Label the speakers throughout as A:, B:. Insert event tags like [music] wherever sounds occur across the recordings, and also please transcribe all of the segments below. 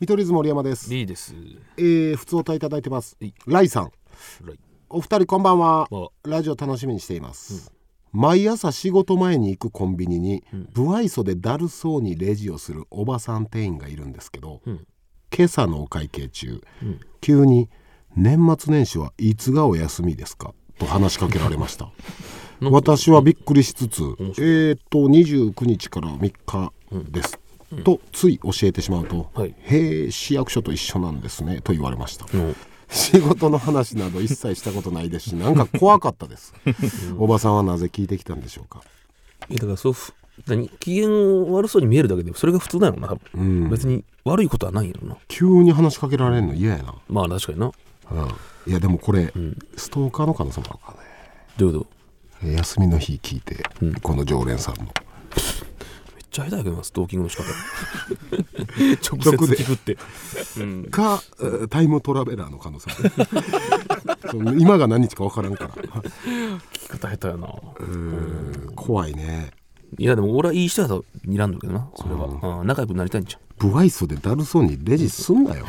A: 見取り図森山です。
B: B です。
A: えー、普通お答えいただいてます
B: はい。
A: ライさん、
B: はい
A: お二人こんばんは。
B: まあ、
A: ラジオ楽しみにしています。毎朝仕事前に行くコンビニに、不愛想でだるそうにレジをするおばさん店員がいるんですけど、
B: ん
A: 今朝のお会計中、急に「年末年始はいつがお休みですか?」と話しかけられま
B: [laughs]
A: した。私はびっくりしつつ「えー、っと29日から3日です」とつい教えてしまうと「
B: はい
A: へえ市役所と一緒なんですね」と言われました。
B: うん
A: 仕事の話など一切したことないですしなんか怖かったです [laughs] おばさんはなぜ聞いてきたんでしょうか
B: いやだからそうふ何機嫌悪そうに見えるだけでそれが普通なのな多分、
A: うん
B: 別に悪いことはないんやろな
A: 急に話しかけられるの嫌やな、
B: まあ確かにな
A: うん、いやでもこれ、ストーカーの可能性もあるからね
B: どういうこと
A: 休みの日聞いて、この常連さんの
B: めっちゃ下手やけどなストーキング [laughs] の仕方直
A: 直で
B: 接聞くって
A: か、えータイムトラベラーの可能性も [laughs] あるその今が何日か分からんから
B: 聞き方下手やな
A: うん怖いね
B: いやでも俺はいい人やと睨んだけどなそれは、うん仲良くなりたいんじゃん
A: 不愛想でだるそうにレジすんなよ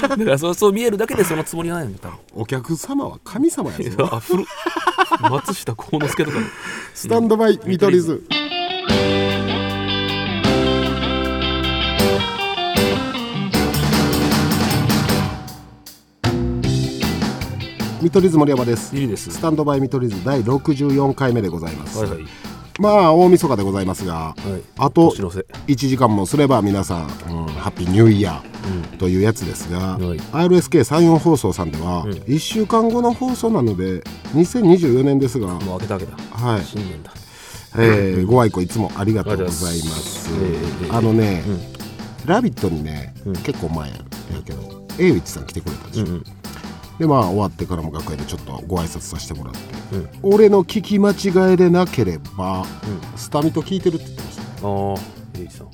B: だからそう [laughs] そう見えるだけでそのつもりがないんだ多分
A: お客様は神様や
B: い
A: ぞ
B: やあ古っ松下幸之助とかの
A: スタンドバイ見取り図。見取り図森山です。
B: いいです
A: スタンドバイ見取り図第64回目でございます。
B: はいはい
A: まあ大晦日でございますが、
B: い
A: あと
B: 年の瀬
A: 1時間もすれば皆さん、うんハッピーニューイヤーというやつですが、
B: はい
A: RSK34 放送さんでは、1週間後の放送なので2024年ですが、
B: もう開けた開けた
A: はい
B: 新年だ
A: えーご愛顧いつもありがとうございます。
B: ありがとうございますええええ
A: あのね、ラビット!」にね、結構前やけど英一さん来てくれたでしょ、でまあ終わってからも楽屋でちょっとご挨拶させてもらって、俺の聞き間違いでなければ、スタミト聞いてるって言ってましたね
B: ああ、エイジさん。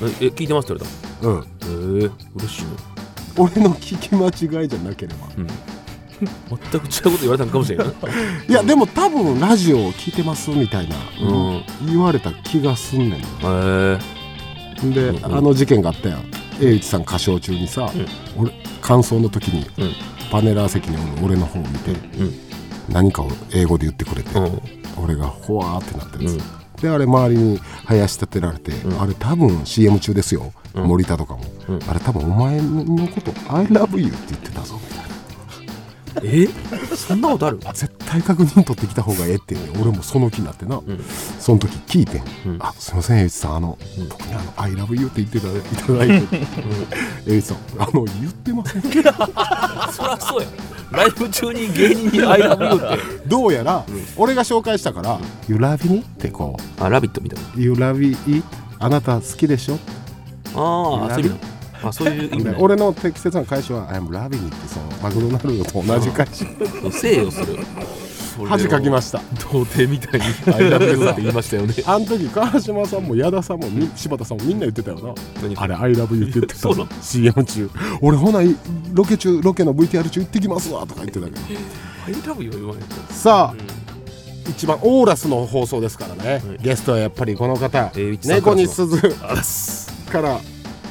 B: え、え聞いてますって言われ
A: うん
B: た。ええ嬉しいね。
A: 俺の聞き間違いじゃなければ、
B: 全く違うこと言われたのかもしれないな。
A: いやでも多分ラジオを聞いてますみたいな、
B: [laughs] うん
A: 言われた気がすんねんな
B: え
A: で、あの事件があったやん栄一さん歌唱中にさ、俺感想の時に、
B: ん
A: パネラー席におる俺の方を見て、何かを英語で言ってくれて、
B: うん
A: 俺がほわーってなったやつ、であれ周りに林立てられて、あれ多分 CM 中ですよ、森田とかも、あれ多分お前のこと「ILOVEYOU」って言ってたぞみたいな
B: えそんなことある
A: 絶対確認取ってきた方がええって、俺もその気になってな、その時聞いてん、あすいません栄一さんあの、僕にあの「ILOVEYOU」って言ってたいただいて栄一さんあの言ってません [laughs] けど
B: [laughs] そりゃそうや。ライブ中に芸人に「アイラブユー」って。
A: どうやら、俺が紹介したから「You love me」ってこ
B: あ、ラビットみたいな。
A: う「You love me」あなた好きでしょ
B: ああ、そういう意味なのあ、そういう意味な [laughs] の
A: 俺の適切な返しは「I'm loving you」ってそのマクドナルドと同じ返し
B: そうせえよ、それ。
A: 恥かきま
B: し
A: した
B: た。童貞みたいに「アイラブユー」って言いましたよね。
A: あの時川島さんも矢田さんもみ柴田さんもみんな言ってたよな
B: 何
A: あれ「ILOVEYOU」って言ってた
B: そうな
A: ぞ CM 中俺ほないロケ中ロケの VTR 中行ってきますわとか言ってたけど
B: アイラブユー言わないと。
A: さあ、一番オーラスの放送ですからね、ゲストはやっぱりこの方
B: えーウィッチさん
A: 猫に鈴
B: あらっす。
A: から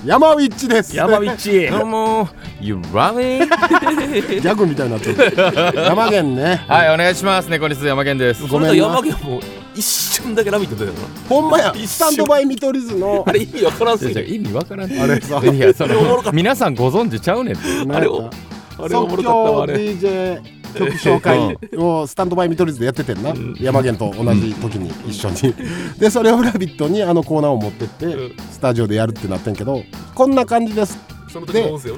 A: 山ウィッチです
B: 山道。 [laughs]
C: どうも You love me?
A: ギャグみたいになってる山源ね
C: はい、お願いします。猫にす山健です。
B: こ
A: めん
B: の
A: な
B: 間山毛も一瞬だけ「ラビット!」出たよな。
A: ほんまや
B: 一緒
A: スタンドバイ見取り図の
B: あれ意味わからんすぎ
C: じゃ
B: て。
C: 意味わからん。
A: あれさ
C: いや、そ
B: れおもろか
C: の
B: った
C: 皆さんご存知ちゃうねんって。
A: なんか
B: あれをあれおも
A: 即
B: ろかったわ、
A: 興
B: あれ。
A: DJ 曲紹介をスタンドバイ見取り図でやっててんな、山源と同じ時に一緒に、でそれを「ラビット!」にあのコーナーを持ってって、
B: うん
A: スタジオでやるってなってんけどこんな感じです
B: その
A: 時の音
B: 声な。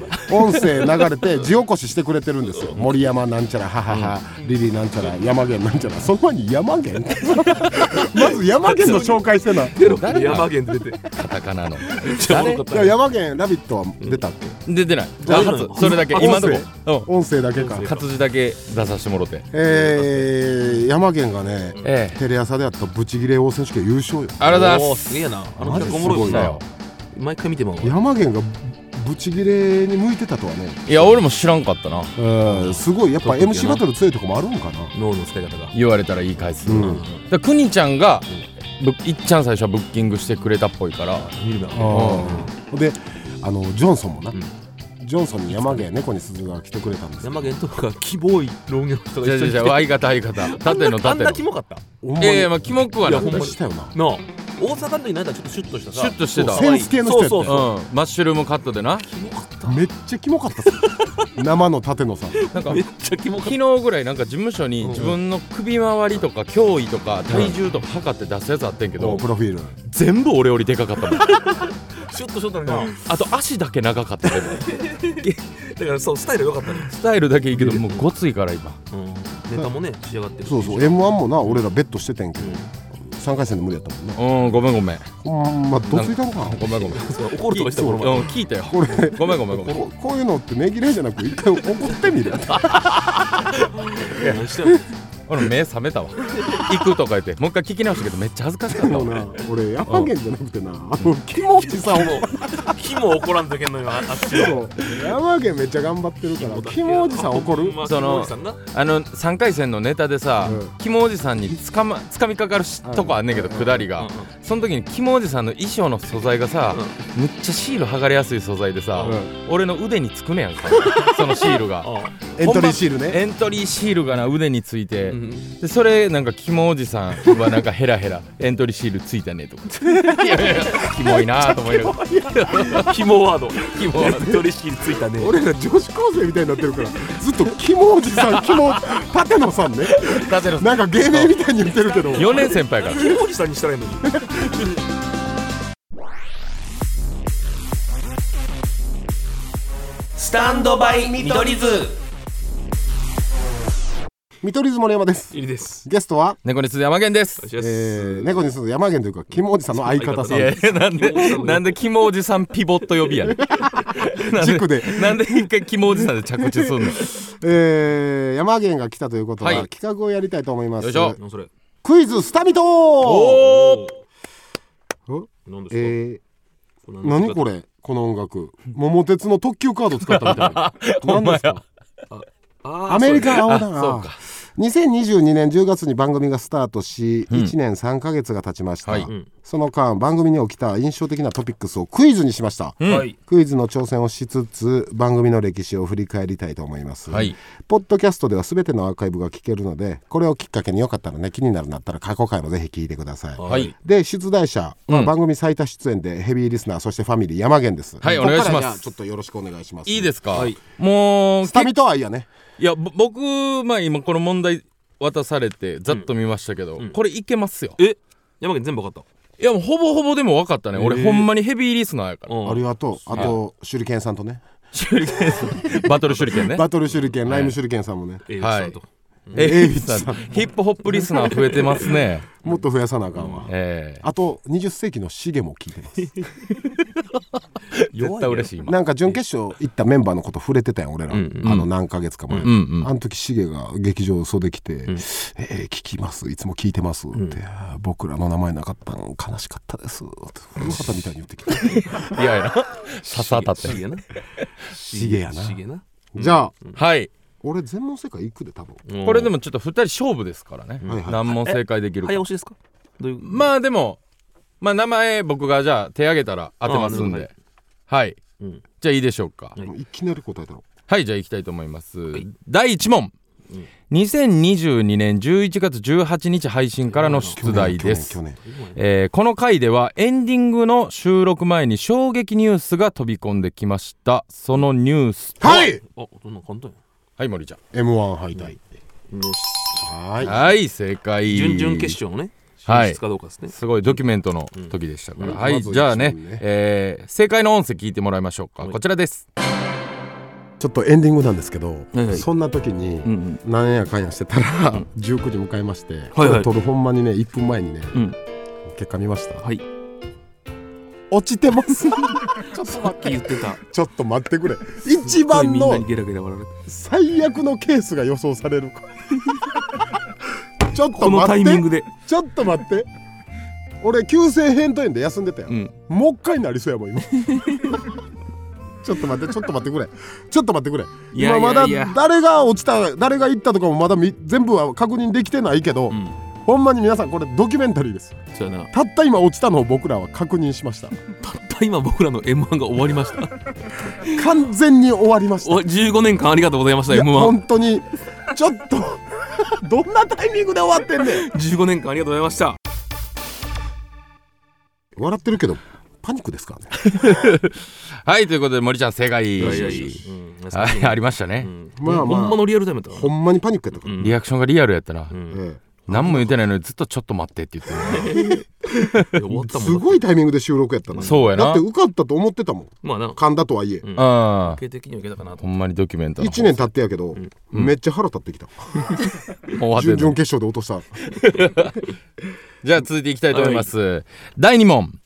A: 音声流れて地起こししてくれてるんですよ森山なんちゃらははは、リリーなんちゃら山源なんちゃらその前に山源 [laughs] まず山源の紹介してない
B: テロップで
C: 誰が
B: 山源出て。
C: カタカナの。
B: 誰
A: いや山源「ラビット!」は出たっけ、
C: 出てない。
B: じゃあ
C: 初それだけ、
B: あ
C: 今のとこ。
A: 音声だけか
C: うん活字だけ出させてもろて。
A: えー、山源がね、
C: ええ。
A: テレ朝でやったブチギレ王選手権優勝よ
C: ありがとうございます
B: す。げえな。あの
A: マジ
B: 企画おもろい
A: すごい
B: な
A: な。
B: 毎回見てまうわ。
A: 山源がブチギレに向いてたとはね、
C: す。いや、俺も知らんかったな。
A: うん、すごいやっぱ
B: 特にな
A: MC バトル強いとこもあるんかな
B: 脳の使い方が。
C: 言われたらいい回数。
A: うん
C: だからくにちゃんが、ぶいっちゃん最初はブッキングしてくれたっぽいから。
B: 見るな。
A: あーであのジョンソンもな、ジョンソンに山毛猫に鈴が来てくれたんですけど
B: 山源とかキモい老業の人が
C: じゃ
B: 一
C: じ
B: 緒
C: ゃ
B: に
C: じゃ相方相方縦の
B: あん
C: 縦
B: な
C: の
B: キモかった
A: ほんま
C: い
A: に
C: やいやまあキモくはな
B: ほんま
A: 出
B: に
A: したよな
B: なあ大阪の時になんかちょっとシュッとしたさ
C: シュッとしてた
B: そう可愛い
A: センス系の人やった
B: そう
A: よ
B: そうそう
C: うんマッシュルームカットでな
B: キモかった
A: めっちゃキモか [laughs] ったっす生の舘野さん
C: なんか
B: めっちゃキモかっ
C: 昨日ぐらいなんか事務所に自分の首回りとか脅威とか体重とか測って出すやつあってんけ
A: プ
C: ど
A: ロフィール
C: 全部俺よりでかかったもん [laughs]
B: たシュッとしとったのにな
C: あと足だけ長かったけど
B: だからそうスタイル良かったね
C: スタイルだけいいけどもうごついから今
B: ネタもね仕上がってる
A: そうそう m 1もな俺らベットしててんけど、3回戦で無理やったもんな
C: うんごめんごめん
A: ほんまどついたんか
C: ごめんごめん
B: そう怒るとかした
C: うん
B: 俺も
C: 聞いたよ
A: これ
C: ごめんごめんごめん
A: ここういうのってねぎれじゃなく一回怒って [laughs] みる
B: 何してんの
C: 俺目覚めたわ行くとか言ってもう一回聞き直したけどめっちゃ恥ずかしかった
A: もう
C: わ
A: な俺山毛じゃなくてなあの気持ちさを
B: キモ怒らんといけんのよああっちは
A: そう山毛めっちゃ頑張ってるから [laughs] キモおじさん怒る
B: ほんま
C: その
B: キモおじさんな
C: あの3回戦のネタでさ、
A: うん
C: キモおじさんにつか,、ま、つかみかかるし
A: うん
C: とこあんねんけどくだりが、
B: うん
C: その時にキモおじさんの衣装の素材がさ、むっちゃシール剥がれやすい素材でさ、
A: う
C: 俺の腕につくねや
A: [laughs]
C: んかそのシールが
B: あ
A: エントリーシールね
C: エントリーシールがな腕について、
B: うん
C: でそれなんかキモおじさんはなんかヘラヘラエントリーシールついたねとかいやいやいやキモいなと思いながら
B: キモワード
C: キモ
B: やっとりしきりついたね
A: 俺ら女子高生みたいになってるからずっとキモおじさんキ [laughs] モ舘野さんね
C: だって
A: なんか芸名みたいに言ってるけど
C: 4年先輩やから
B: キモおじさんにしたらいいのに [laughs] スタンドバイ見取り図
A: 見取り図森山です
B: いりです
A: ゲストは、
C: 猫に鈴山源です
B: お願いしま
A: え
B: す
A: ー、猫にする山源というかキモおじさんの相方さん
C: いやいやなんで
B: キモおじさんの
C: なんでキモおじさんピボット呼び
A: [laughs]
C: やねんなん
A: 軸で
C: なんで一回キモおじさんで着地
A: [laughs]
C: すんの
A: えー、山源が来たということは、
C: はい
A: 企画をやりたいと思います
C: よいしょ
B: 何それ
A: クイズスタミトー
C: お
A: お
B: 何ですか、
A: えー、
B: これ
A: 何こ
B: れ
A: れこの音楽桃鉄の特急カード使ったみたいな
C: お
A: 何で
C: 前
A: すかア
B: ア
A: メリカ青だ
C: そう
A: な
C: か
A: 2022年10月に番組がスタートし、1年3ヶ月が経ちました、
C: はい
B: ん
A: その間番組に起きた印象的なトピックスをクイズにしました、
C: うん
B: はい
A: クイズの挑戦をしつつ番組の歴史を振り返りたいと思います、
C: はい
A: ポッドキャストでは全てのアーカイブが聞けるのでこれをきっかけによかったらね気になるんだったら過去回もぜひ聞いてください
C: はい
A: で出題者、まあ
C: うん
A: 番組最多出演でヘビーリスナーそしてファミリー山源です
C: はい
A: こっから
C: お願いします
A: じゃあちょっとよろしくお願いします
C: いいですか、
B: はい
C: もう
A: スタミとはいいやね
C: いやぼ僕まあ今この問題渡されてざっと見ましたけど、これいけますよ
B: え山県全部分かっ
C: いやもうほぼほぼでも分かったね俺ほんまにヘビーリスナーやか
B: た
C: ら
A: ありがとうあと手裏剣さんとね
C: 手裏剣バトル手裏剣
A: [laughs]
C: ね
A: バトル手裏剣ライム手裏剣さんもね
B: えーちゃんと
C: え
A: エイ
C: ー
A: ビスさん
C: ヒップホップリスナー増えてますね
A: もっと増やさなあかんわ
C: え
A: あと20世紀のシゲも聞いてます
C: え絶対嬉しい今
A: なんか準決勝行ったメンバーのこと触れてたやん俺らあの何ヶ月か前
C: んうん
A: あの時シゲが劇場袖来て「えー聞きますいつも聞いてます」って「僕らの名前なかったん悲しかったです」ってこの方みたいに言ってき
C: [laughs]
A: て
C: いや
A: [laughs]
C: いや刺さったって
B: シゲな
A: シゲやな
B: シゲな
A: じゃあ
C: はい
A: 俺全問正解いくで多分
C: これでもちょっと2人勝負ですからね、
A: はいはい
C: 難問正解できるか
B: 早押しですかどういう
C: まあでもまあ名前僕がじゃあ手挙げたら当てますんではい、
B: うん
C: じゃあいいでしょうか、
A: いきなり答えたろ
C: はいじゃあ行きたいと思います、第1問、2022年11月18日配信からの出題です
A: 去年去年
C: えーこの回ではエンディングの収録前に衝撃ニュースが飛び込んできましたそのニュースと
A: はい
B: あそんなん簡単や
C: はい森ちゃん
A: m 1敗退
B: よし
A: はい
C: はい正解
B: 準々決勝のね
C: はい
B: 進出かどうかですね
C: すごいドキュメントの時でしたから、
A: うん
C: は
A: ま
C: い
A: ず
C: じゃあね
A: 一問ね
C: えー正解の音声聞いてもらいましょうか、こちらです
A: ちょっとエンディングなんですけど
B: はいはい
A: そんな時に
C: うん
A: なんやかんやしてたら19時迎えましてこ
B: はい
A: れ撮るほんまにね1分前にね
B: うん
A: 結果見ました
B: はい
A: 落ちてます
B: [laughs]
A: ちょっと
B: さっき言ってた
A: ちょっと待ってくれ一番
B: みんな
A: の
B: にゲラゲラ笑われて
A: 最悪のケースが予想され
B: [laughs]
A: るちょっ
B: ことのタ
A: 待
B: イ
A: っ
B: ミング
A: て
B: で
A: ちょっと待って俺急性扁桃炎で休んでたよ、
C: うん
A: もう一回なりそうやもん今 [laughs] ちょっと待ってちょっと待ってくれちょっと待ってくれ
B: いやいや
A: 今まだ
B: いや
A: 誰が落ちた誰が行ったとかもまだみ全部は確認できてないけど、
B: ん
A: ほんまに皆さんこれドキュメンタリーです
B: そうやな
A: [laughs] たった今落ちたのを僕らは確認しました
B: ぱ今僕らの m 1が終わりました
A: 完全に終わりました
B: [laughs] お15年間ありがとうございました
A: いや
B: m 1
A: 本当にちょっと [laughs] どんなタイミングで終わってんねん
B: 15年間ありがとうございました
A: 笑ってるけどパニックですからね
C: はいということで森ちゃん正解
B: いやいやいやうん
C: はいありましたね、
A: まあまあ
B: ほんまのリアルタイムだった
A: ほんまにパニックやったから、
C: リアクションがリアルやったな、
A: え
C: 何も言ってないのにずっとちょっと待ってって言って
B: い
C: る
B: や終わっ
A: え
B: たもん
A: すごいタイミングで収録やったな、
C: そうやな
A: だって受かったと思ってたもん
B: まあな
A: 噛んだとはいえ、
B: ん
C: うん
B: 系的にはいけたかなと
C: ほんまにドキュメンタリー
A: 1年経ってやけど、めっちゃ腹立ってきた
C: 終わって
A: 準
C: んの
A: 々決勝で落とした
C: じゃあ続いていきたいと思います、第2問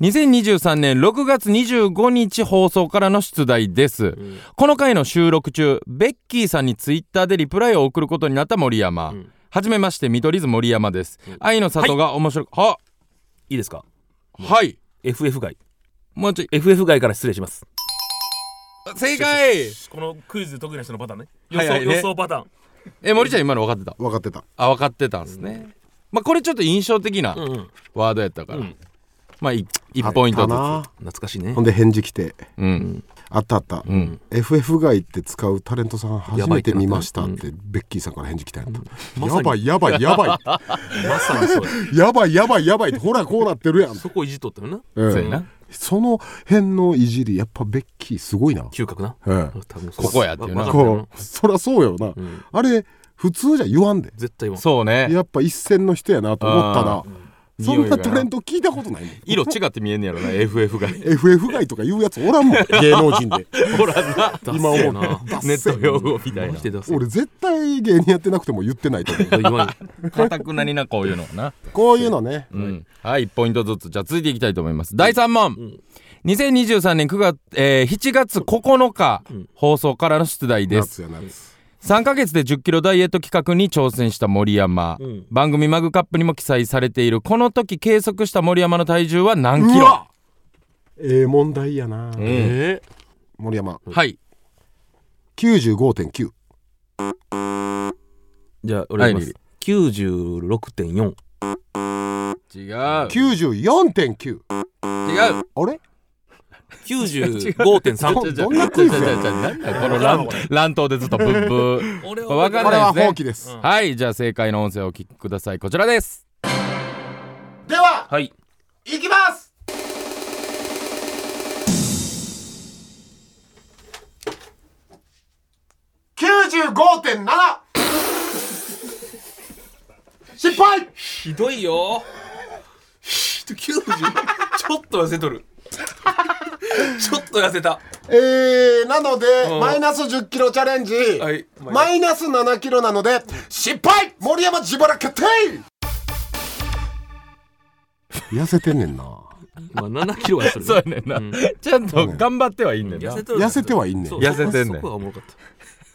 C: 2023年6月25日放送からの出題です、この回の収録中ベッキーさんにツイッターでリプライを送ることになった森山、はじめまして見取り図森山です、愛の里が面白くはい
B: いですか
C: はい
B: FF 外
C: もうちょい
B: FF 外から失礼します
C: 正解
B: このクイズ得意な人のパターンね
C: 予想はいはいね予想
B: パターン
C: え森ちゃん今の分かってた
A: 分かってた
C: あ分かってたんですね、まあこれちょっと印象的な
B: うんうん
C: ワードやったから、
B: うん
C: まあ 1, [laughs] ポイントず
A: あったな
B: 懐かしいね
A: ほんで返事来て
C: うん
A: あったあった、
C: うん
A: FF 外って使うタレントさん初
B: やばい
A: め
B: っ
A: て
B: てなっ
A: 見
B: た
A: ましたってベッキーさんから返事来たんやった、
B: まさ
A: や
B: に
A: ばいやばいやばい
C: [laughs]
B: まさにそうや
A: やばいやばいやばいってほらこうなって
C: [laughs]
A: るやん、
B: そこいじっとったよな
A: ええ
C: そうやな
A: その辺のいじりやっぱベッキーすごい
C: [laughs]
A: な、
B: 嗅覚な
A: ええ
B: 多分
C: ここやっていうな
B: わわかったよ
A: こうそりゃそうよな、あれ普通じゃ言わんで
B: 絶対も
C: そうね
A: [laughs] やっぱ一線の人やなと思ったら
C: うん
A: そん
C: 匂いが
A: な
C: な
A: タレント聞いたことないね
C: 色違って見えんねやろな FF が
A: FF 外とか言うやつおらんもん芸能 [laughs] 人で
C: ほらな
A: 今思う
B: な
C: [laughs] ネット用語みたいな
B: して出せ
A: 俺絶対芸人やってなくても言ってないと思う
B: 言わんよ
C: かたくなになこういうのはな、
A: こういうのね
C: うん、はい1ポイントずつじゃあ続いていきたいと思います第3問、2023年9月、えー7月9日、放送からの出題です
A: 夏や夏
C: 3ヶ月で1 0キロダイエット企画に挑戦した森山、
B: ん
C: 番組マグカップにも記載されているこの時計測した森山の体重は何キ
A: う
C: ロ
A: [laughs] わええ問題やな
B: え
A: 森山
C: はい
A: 95.9
B: じゃあ俺いきま
C: はい
B: す96.4
C: 違う違う
A: 94.9あれ
B: 95.3
A: どどんなクイズや
C: なんだこの乱乱闘でずっとブッブー
B: 俺は
C: わかん
A: これ
C: な
A: は
C: いですね
A: 放棄です
C: はいじゃあ正解の音声をお聞きくださいこちらです
D: では
B: はい
D: 行きます95.7失敗
B: ひどいよひどい90ちょっと痩せとるちょっと痩せた
A: えー、なので、
B: ん
A: マイナス1 0キロチャレンジ、
B: はい
A: マイナス7キロなので失敗森山自腹決定痩せてんねんな
B: まあ7キロは痩せとる
C: そうやねんな、ちゃんと頑張ってはいいねんな、
B: 痩せとる
A: 痩せてはいんねん
B: そう
C: 痩せてんねん
B: そこがおもろかった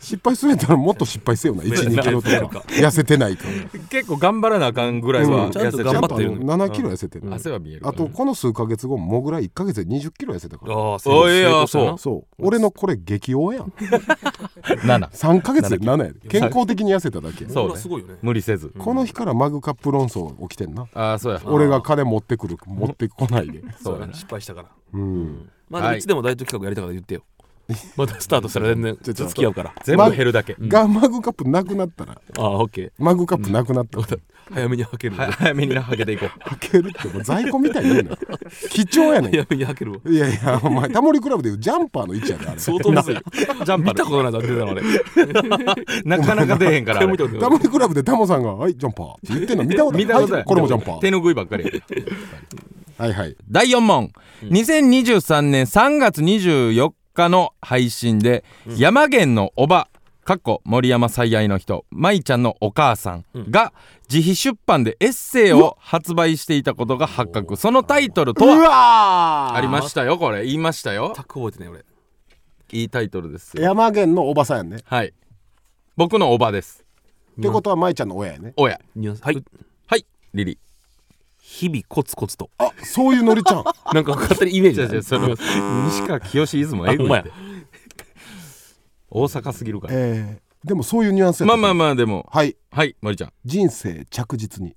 A: 失敗するんやったらもっと失敗せよな12キロとか痩せてないから
C: 結構頑張らなあかんぐらいは
A: うんち
B: ゃんと頑張ってる
A: ちゃんとあの7キロ痩せてる、
C: 汗は見える
A: あとこの数ヶ月後もぐらい1ヶ月で2 0キロ痩せたから
B: ああ
C: おいやそう
A: そう俺のこれ激応やん
C: 7
A: 3ヶ月で7やで健康的に痩せただけや
C: そう
B: これはすごいよね
C: 無理せず、
A: この日からマグカップ論争起きてんな
C: ああそうや
A: 俺が金持ってくる持ってこないで
B: そうやな失敗したから
A: うん
B: まあでもいつでもダイエット企画やりたから言って
C: [laughs]
B: よまたスタートしたら全然付き合うから
C: 全部減るだけ、
A: がマグカップなくなったら
B: ああオッケー
A: マグカップなくなったら
B: 早めに履ける
C: は早めになはけていこう
A: 開けるってもう在庫みたいに言うな貴重やね
B: 早めに履けるわ
A: んいやいやお前タモリクラブでいうジャンパーの位置やであれ
B: 相当むずい
C: [laughs] ジャンパ
B: 見た
C: ー
B: ことないぞ出たの
C: [laughs]
B: 俺
C: なかなか出へんからあれ
B: 見たこと
A: タ
B: ない
A: モリクラブでタモさんが「はいジャンパー」って言ってんの見たこと
C: 見たことな
A: はいいこれもジャンパ
C: 手
A: ー
C: ぬぐいばっかりや
A: はいはい
C: 第4問、2023年3月24日の配信で、山源のおばかっこ森山最愛の人舞ちゃんのお母さんが自費出版でエッセイを発売していたことが発覚そのタイトルとは
A: わ
C: ありましたよこれ言いましたよ
B: 全く覚えてない俺
C: いいタイトルですよ
A: 山源のおばさんやんね
C: はい僕のおばです
A: ってことは舞ちゃんの親やね
C: おや
B: ニュアンスはい
C: はいリリ
B: 日々コツコツと
A: あそういうノリちゃん
B: なんか勝手にイメージ
C: じゃ
B: だ
C: あじゃ
B: ね
C: あその西川清出雲
B: あほ
C: えぐ
B: ん
C: い
B: ま
C: っ
B: や
C: て大阪すぎるか
A: [laughs]
C: ら
A: えでもそういうニュアンスやっ
C: ま
A: た
C: あまあまあでも
A: はい
C: はい森ちゃん
A: 人生着実に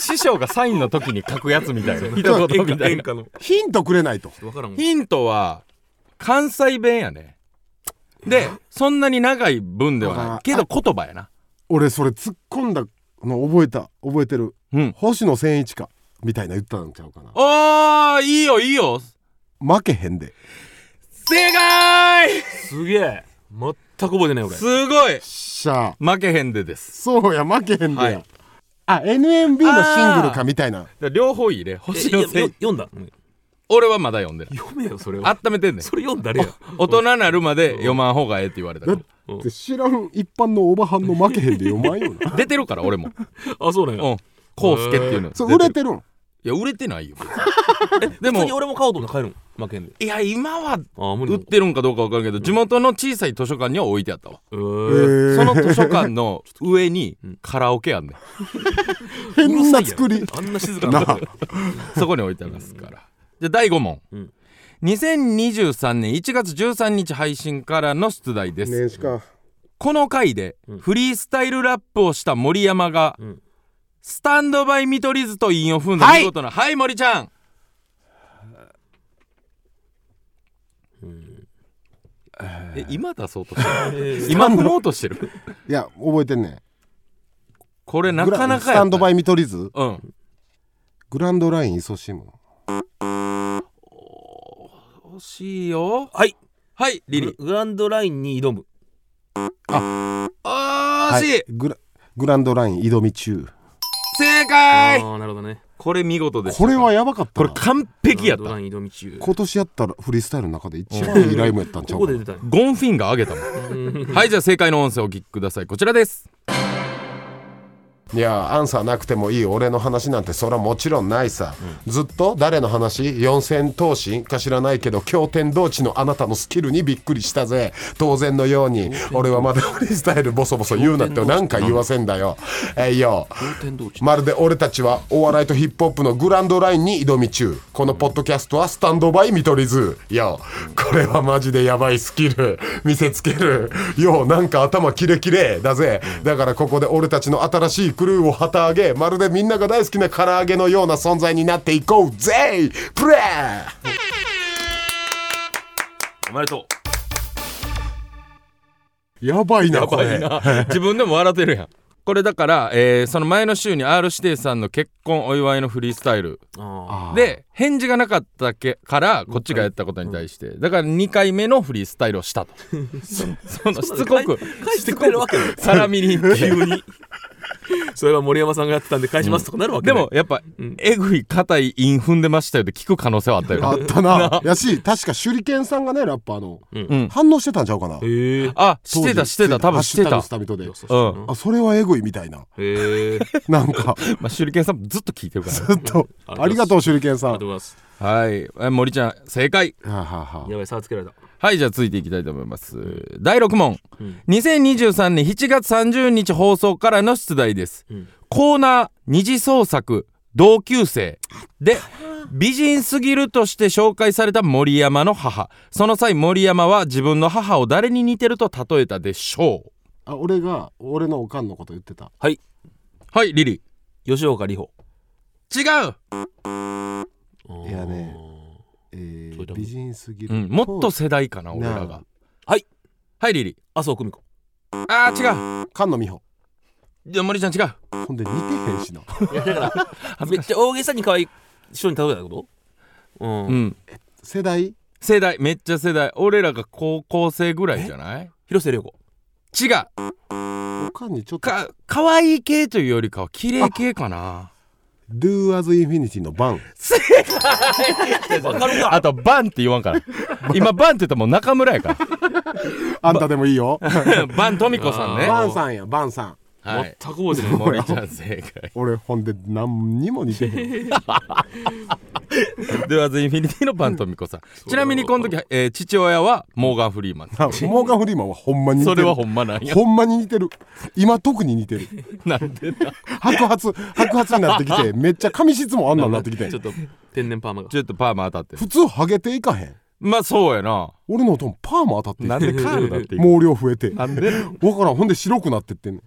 C: 師匠がサインの時に書くやつみたいな一言みたい
B: 演
C: な
B: 歌の
A: ヒントくれないと
B: 分からん
C: ヒントは関西弁やねでそんなに長い文ではないけど言葉やな
A: 俺それ突っ込んだの覚えた覚えてる
C: うん
A: 星野千一かみたいな言ったんちゃうかな
C: あーいいよいいよ
A: 負けへんで
C: 正解
B: すげえ全く覚えてない俺
C: すごい
A: しゃあ
C: 負けへんでです
A: そうや負けへんでや、
C: はい
A: あ NMB のシングルかみたいな
C: だから両方いいね星
B: え
C: 野
B: よ
C: せい
B: 読んだうん
C: 俺はまだ読んでない
B: 読めよそれを
C: 温めてんねん
B: それ読んだれや
C: 大人なるまで読まん方がええって言われたから
A: で知らん一般のおばはんの負けへんで読まんよな
C: [laughs] 出てるから俺も
B: あそうなん
C: う
B: や
C: んコウスケっていうの
A: そう売れ
C: 出
A: てるん
C: るいや売れてないよえで
B: 普
C: も
B: 通に俺も買おうと思ったら買えるん負けんで
C: いや今は
B: ああ無理
C: 売っ
B: だ
C: てるんかどうか分からんけど地元の小さい図書館には置いてあったわ
A: え
B: え
A: ー
B: ー
C: その図書館の上にカラオケあん [laughs] ねん
A: 変な作
C: [laughs]
A: り
B: あんな静か
A: な
B: な
A: あ
C: そこに置いてありますから。じゃあ第5問。
B: うん
C: 2023年1月13日配信からの出題です、
A: 年始か
C: この回でフリースタイルラップをした森山が、
B: ん
C: スタンドバイ見取り図と韻を踏んだ見事なはい、森ちゃんえ今出そうとして [laughs] る今踏もうとしてる
A: いや覚えてんね
C: これなかなかやった
A: スタンドバイ見取り図
C: うん
A: グランドラインイソシム
C: 欲しいよ
B: はい
C: はいリリー
B: ググランドラインに挑む
C: あー惜しい、
A: グラグランドライン挑み中
C: 正
B: あ
C: 解
B: あなるほどね
C: これ見事でした
A: これはやばかった
C: こ
A: な
C: れ完璧やっ
B: グランドラ
C: た
B: イン挑み中こ
A: 今年やったらフリースタイルの中で一番いいライブやったんちゃう
B: こ
A: か
B: で
A: な
B: 出たんや
C: ゴンフィンが上げたもんはいじゃあ正解の音声をお聞きくださいこちらです
A: いやアンサーなくてもいい俺の話なんてそらもちろんないさ、ずっと誰の話四千頭身か知らないけど経天同地のあなたのスキルにびっくりしたぜ当然のように俺はまだフリースタイルボソボソ言うなって何回言わせんだよえいよ
B: 天道地
A: まるで俺たちはお笑いとヒップホップのグランドラインに挑み中このポッドキャストはスタンドバイ見取り図いやこれはマジでやばいスキル見せつけるようなんか頭キレキレだぜだからここで俺たちの新しいクルーを旗揚げまるでみんなが大好きな唐揚げのような存在になっていこうぜプレー
B: おめでと
A: やばいな
C: やばいな [laughs] 自分でも笑ってるやんこれだから、えーその前の週に R 指定さんの結婚お祝いのフリースタイル
B: うあ
C: で返事がなかったけからこっちがやったことに対してだから2回目のフリースタイルを [laughs] したとそのしつこ [laughs] く
B: あ返してくれるわけない
C: サラミにっていう
B: 急にそれは森山さんがやってたんで返しますとかなるわけ
C: で
B: ない
C: もやっぱ、えぐい硬い韻踏んでましたよって聞く可能性はあったよ
A: あったなやし確か手裏剣さんがねラッパーの、
C: ん
A: 反応してたんちゃうかな
B: へえ
C: あしてたしてた多分してた
A: スタミトで
C: うん
A: あそれはエグいみたいな
B: へえ
A: なんか
C: [laughs] まあ手裏剣さんもずっと聞いてるか
A: ずっとありがとう手裏剣さん
B: ありがとうございます
C: らはいえ森ちゃん正解
A: はあはあはあ
B: やばい差つけられた
C: はいじゃあ続いていきたいと思います第6問、2023年7月30日放送からの出題です、
B: ん
C: コーナー二次創作同級生で美人すぎるとして紹介された森山の母その際森山は自分の母を誰に似てると例えたでしょう
A: あ俺が俺のおかんのこと言ってた
B: はい
C: はいリリ
B: 吉岡里帆
C: ー違う、
A: いやね、えー
B: そうだ
A: 美人すぎ
C: う
A: る、
C: ん、もっと
A: こ
C: 世代かな俺ら
A: な
C: が
A: あ
B: はい
C: はいリリー
B: 麻生久美子
C: あー違う
A: う菅野美穂
C: じゃあ森ちゃん違う
A: ほんで似てへんしな
B: いやだからめっちゃ大げさに可愛い人に例えたことうん、
C: うん
A: 世代
C: 世代めっちゃ世代俺らが高校生ぐらいじゃない
B: 広瀬涼子
C: 違う
A: おかんにちょっと
C: か可愛い系というよりかは綺麗系かな
A: Do as Infinity の番
B: わかるか
C: あとバンって言わん [laughs] から今バンって言ったらもう中村やか
A: あんたでもいいよ
C: [laughs] らバントミコさんね
A: バンさんやバンさん
C: はい
B: 全く覚えてない
C: 森ちゃん正解
A: 俺ほんで何にも似てへん
C: ではズインフィニティのバントミコさん [laughs] ちなみにこの時、えー父親はモーガン・フリーマン
A: なモーガン・フリーマンはほんまに似て
C: そ
A: る
C: れはほんまなんや
A: ほんまに似てる今特に似てる
C: なんでな
A: 白髪白髪になってき
B: [laughs]
A: てめっちゃ髪質もあんなんなってきて
B: ちょっと天然パーマが
C: ちょっとパーマ当たってる
A: 普通ハゲていかへん
C: まあそうやな
A: 俺のおとんパーマ当たって
C: なんでカールだって
A: 毛量増えて
C: なんで
A: わからんほんで白くなってってんね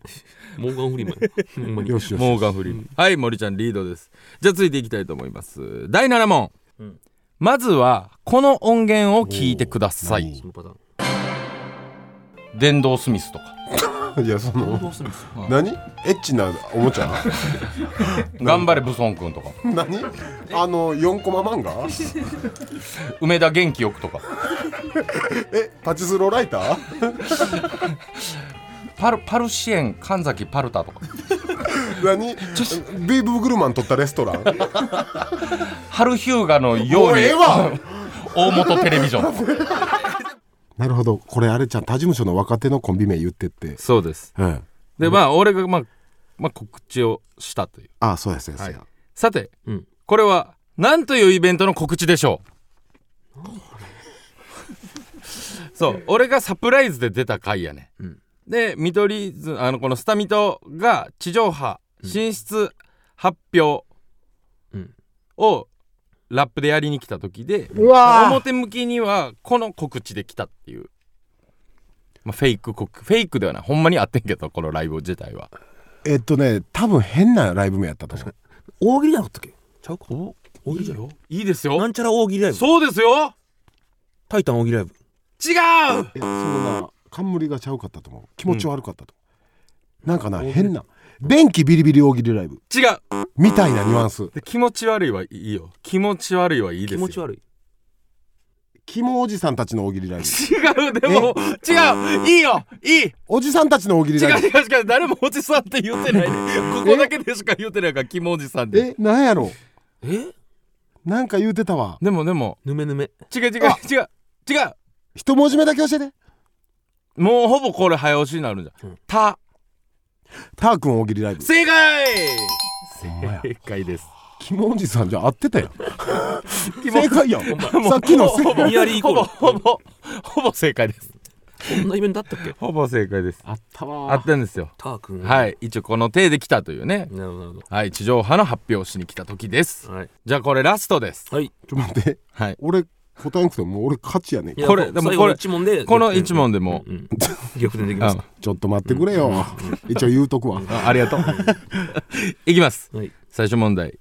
B: モーガンフリーマンほんま
A: ん
B: に
A: よしよし
C: [laughs] モーガンフリーマンはい森ちゃんリードですじゃあ続いていきたいと思います第7問、
B: うん
C: まずはこの音源を聞いてくださ
A: おー
C: い
B: そのパターン
C: 電動スミスとか
A: いやその
B: どうするんですか
A: 何エッチなおもちゃ
C: 頑張れブソン君とか
A: 何あの4コマ漫画
C: 梅田元気よくとか
A: えパチスローライター
C: パルパルシエン神崎パルタとか
A: 何ベイブ・グルマン撮ったレストラン
C: 春日向のよ
A: も
C: う
A: う
C: に
A: ええわ
C: [laughs] 大元テレビジョン
A: なるほどこれあれちゃん他事務所の若手のコンビ名言ってって
C: [laughs] そうです
A: うん
C: でまあ俺が、まあ、まあ告知をしたという
A: あそうやそうやそうや、
C: さて、
B: うん
C: これは何というイベントの告知でしょうそう俺がサプライズで出た回やね、
B: うん
C: で見取り図あのこのスタミトが地上波進出発表
B: うん
C: をラップでやりに来た時で、
D: うわ
C: 表向きにはこの告知で来たっていう、まあ、フェイク告フェイクではないほんまにあってんけどこのライブ自体は
A: えっとね多分変なライブ名やったと思う
E: 大喜利だろったっけちゃうか大喜利じゃろ
C: いいです
E: な
C: よ
E: んちゃら大喜利ライブ
C: そうですよ
E: タイタン大喜利ライブ
C: 違う
A: えそのな冠がちゃうかったと思う気持ち悪かったと思う、なんかな変な電気ビリビリ大喜利ライブ
C: 違う
A: みたいなニュアンス
C: で気持ち悪いはいいよ気持ち悪いはいいです
E: 気
C: よ
E: 持ち悪い
A: キモおじさんたちの大喜利ライブ
C: 違うでも違ういいよいい
A: おじさんたちの大喜利
C: 違う
A: ライ
C: 違う違う誰もおじさんって言ってないここだけでしか言ってないからキモおじさん
A: ブ
C: で
A: えなんやろ
E: え
A: なんか言うてたわ
C: でもでも
E: ぬめぬめ
C: 違う違う違う違う
A: 一文字目だけ教えて
C: もうほぼこれ早押しになるんじゃん、た
A: ターくん大喜利ライブ
C: 正解
A: んまや
C: 正解です
A: キモおじさんじゃ合ってたやん正解やんさっきの正
C: ほぼ
E: ニアリーイコ
C: ほ
E: ール
C: ぼほぼほぼ正解です
E: こんなイベントだったっけ
C: ほぼ正解です
A: あった
C: あ
A: わ
C: ったんですよ
E: ターくん
C: はいい一応この手で来たというね
E: なるほどなる
C: はい地上波の発表をしに来た時です
E: ほどはい
C: じゃあこれラストです
E: はい
A: ちょっと待って
C: はい
A: 俺答えなくてももう俺勝ちやねん
E: いや
C: これ
E: う
C: でも
E: 最
C: こ
E: 後
C: れ
E: の一問で
C: この一問でも
E: うんうん逆転できますか
A: ちょっと待ってくれよ、一応言うとくわ、
C: ああり
E: [laughs]
C: がとういきます
E: はい
C: 最初問題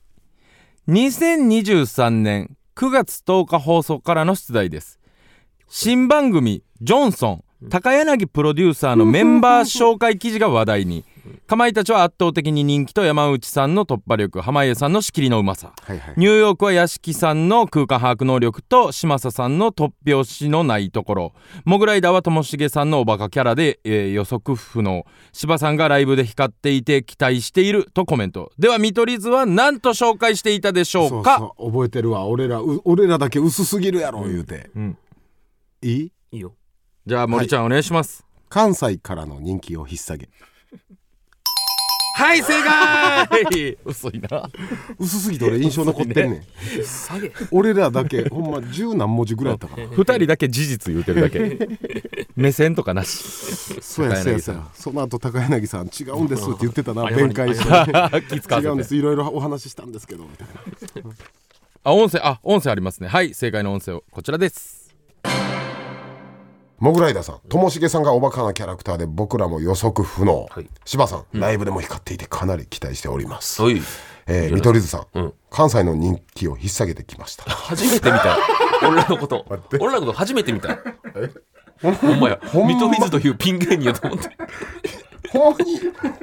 C: 2023年9月10日放送からの出題です新番組「ジョンソン」高柳プロデューサーのメンバー紹介記事が話題にかまいたちは圧倒的に人気と山内さんの突破力濱家さんの仕切りのうまさ
A: はいはい
C: ニューヨークは屋敷さんの空間把握能力と嶋佐さんの突拍子のないところモグライダーはともしげさんのおバカキャラで、えー予測不能柴さんがライブで光っていて期待しているとコメントでは見取り図は何と紹介していたでしょ
A: そうう
C: か
A: そう覚えてるわ俺らう俺らだけ薄すぎるやろ言うて、
C: うん
A: いい
E: いいよ
C: じゃあ森ちゃんお願いします
A: 関西からの人気を引っ提げ
C: はい、正解 [laughs] 嘘いな
A: 薄すぎて俺印象残ってんねん
E: 下げ
A: 俺らだけ [laughs] ほんま十何文字ぐらいやった [laughs] から
C: 2人だけ事実言うてるだけ
A: [laughs]
C: 目線とかなし
A: そうやそうやそうやその後高柳さん違 [laughs] うんですって言ってたな弁解して
C: [laughs] 気使
A: [laughs] 違
C: わ
A: うんで
C: せて
A: すいろいろお話ししたんですけどみたいな
C: あ音声あ音声ありますねはい正解の音声をこちらです
A: モグライダーさんともしげさんがおバカなキャラクターで僕らも予測不能、柴さん、ライブでも光っていてかなり期待しております、
B: はい
A: えー見取り図さん、関西の人気を引っ提げてきま [laughs] した
B: 初めて
E: [laughs]
B: 見た俺らのこと俺らのこと初めて見たほんまや
A: んま
B: 見取り図というピン芸人やと思って
A: ほんまに、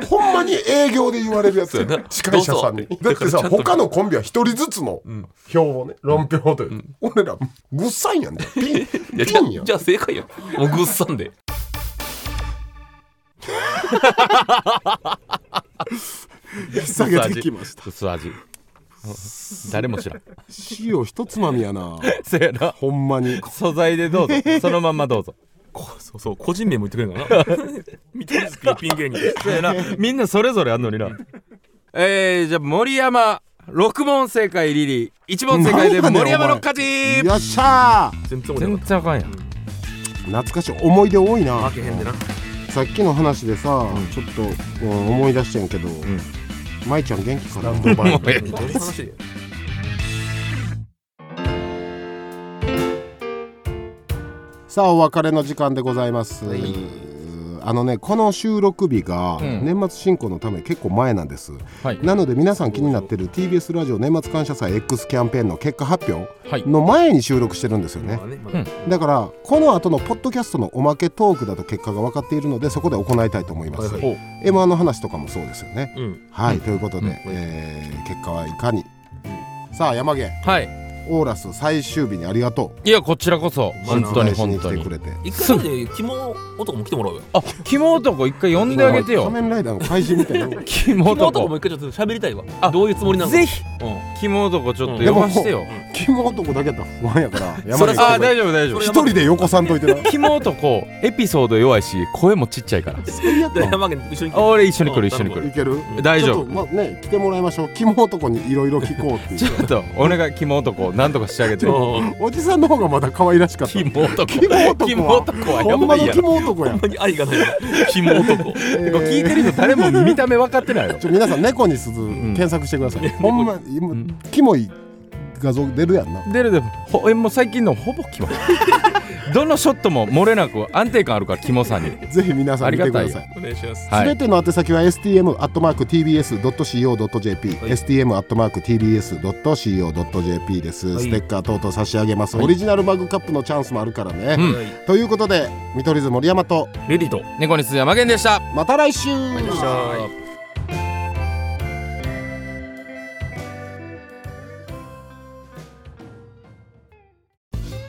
A: ほんまに営業で言われるやつや
B: そうやな
A: 司会者さんに。
B: どうぞ
A: だってさ、
B: だからちゃんと
A: 他のコンビは一人ずつの票をね、論評という。俺ら、ぐっさんやんだよ。ピン、
B: [laughs] いやじ
A: ピ
B: ゃ
A: ンや
B: あ
A: ん
B: じ。ゃあ正解やもうぐっさんで
A: 下げてきました。
C: 薄味誰も知らん
A: 塩一つまみやな。
C: せやな
A: ほんまに。
C: 素材でどうぞそのまんまどうぞ
E: こそうそう個人名も言ってくれんか
B: [laughs]
E: な見取り図くんピン芸人
C: せやなみんなそれぞれあんのになえー、じゃあ森山6問正解リリー1問正解で
A: なんだね
C: 森山の勝
A: よ
C: ち
A: っしゃー
E: 全然俺
C: 全
E: なかっ
C: 然あかんやん
A: 懐かしい思い出多い
E: た
A: な
E: 負けへんでな
A: さっきの話でさ、ちょっと、うん思い出してんけど、舞ちゃん元気かな
C: もうええ
E: どういう話で
A: [laughs] さあお別れの時間でございます、あのねこの収録日が
C: ん
A: 年末進行のため結構前なんです、
C: はい
A: なので皆さん気になってる TBS ラジオ年末感謝祭 X キャンペーンの結果発表
C: はい
A: の前に収録してるんですよね
E: まあねまだ
A: だからこの後のポッドキャストのおまけトークだと結果が分かっているのでそこで行いたいと思います、
E: はい
C: ほう
A: M1 の話とかもそうですよね、
E: うん
A: はいということで、
C: うん
A: えー結果はいかに、さあ山毛
C: はい
A: オーラス最終日にありがとう
C: いやこちらこそ本当に
A: お伝えし
C: 本当
A: 来て
C: に
A: くれて
E: 一回までキモ男も来てもらうよ
C: あ肝男一回呼んであげて
A: お前仮
C: よ
A: 面ライダーの怪人みたい
C: [laughs]
A: な
C: 肝
E: キモ男も
C: 男
E: 一回ちょっと喋りたいわ
C: あ
E: どういうつもりなのか
C: ぜひ
E: う
C: 肝男ちょっ
E: うん
C: と呼ばしてよ
A: キモ男だけだったら不安やから
C: それ
A: 山毛
C: あ大丈夫大丈
E: そ
C: 夫
E: れ
A: 一人で横さんといてな
C: 肝男エピソード弱いし声もちっちゃいから
A: 最悪
E: ん
A: や
E: 山県一緒に来て [laughs]
C: 俺一緒に来る一緒に来
A: い
C: る
A: ける
C: 大丈夫
A: ちょっとまね来てもらいましょうキモ男にいろいろ聞こうってい
C: ち
A: う
C: ょっとお願い肝男なんとかしてあげて肝
E: うん
A: おじさんの方がまだ可愛らしかった
C: 男
A: キモ男は
C: 肝男は
A: ほ
C: や
A: んま
C: ばい
A: の
C: や
A: キ
C: ろ
A: モ男や
E: ほんまに愛がないわキモ男
C: てか聞いてる人誰も見た目分かってないよ
A: ちょ皆さん猫に鈴検索してください、ほんま今
C: ん
A: キモい画像出るやんな
C: 出るでもほえもう最近のほぼ
A: [laughs]
C: キモいどのショットも漏れなく安定感あるからキモさに
A: ぜひ皆さん見てくだ
C: ありが
A: さ
C: た
E: [laughs] お
A: い
E: 願いします
A: す
C: は
A: べ
C: い
A: ての宛先は stm.tbs.co.jp、stm.tbs.co.jp です、
E: はい
A: ステッカー等々差し上げます、オリジナルバグカップのチャンスもあるからね、
C: うん
E: はい
A: ということで見取り図森山と
E: レディと
C: 猫にす山源でした
A: また来週、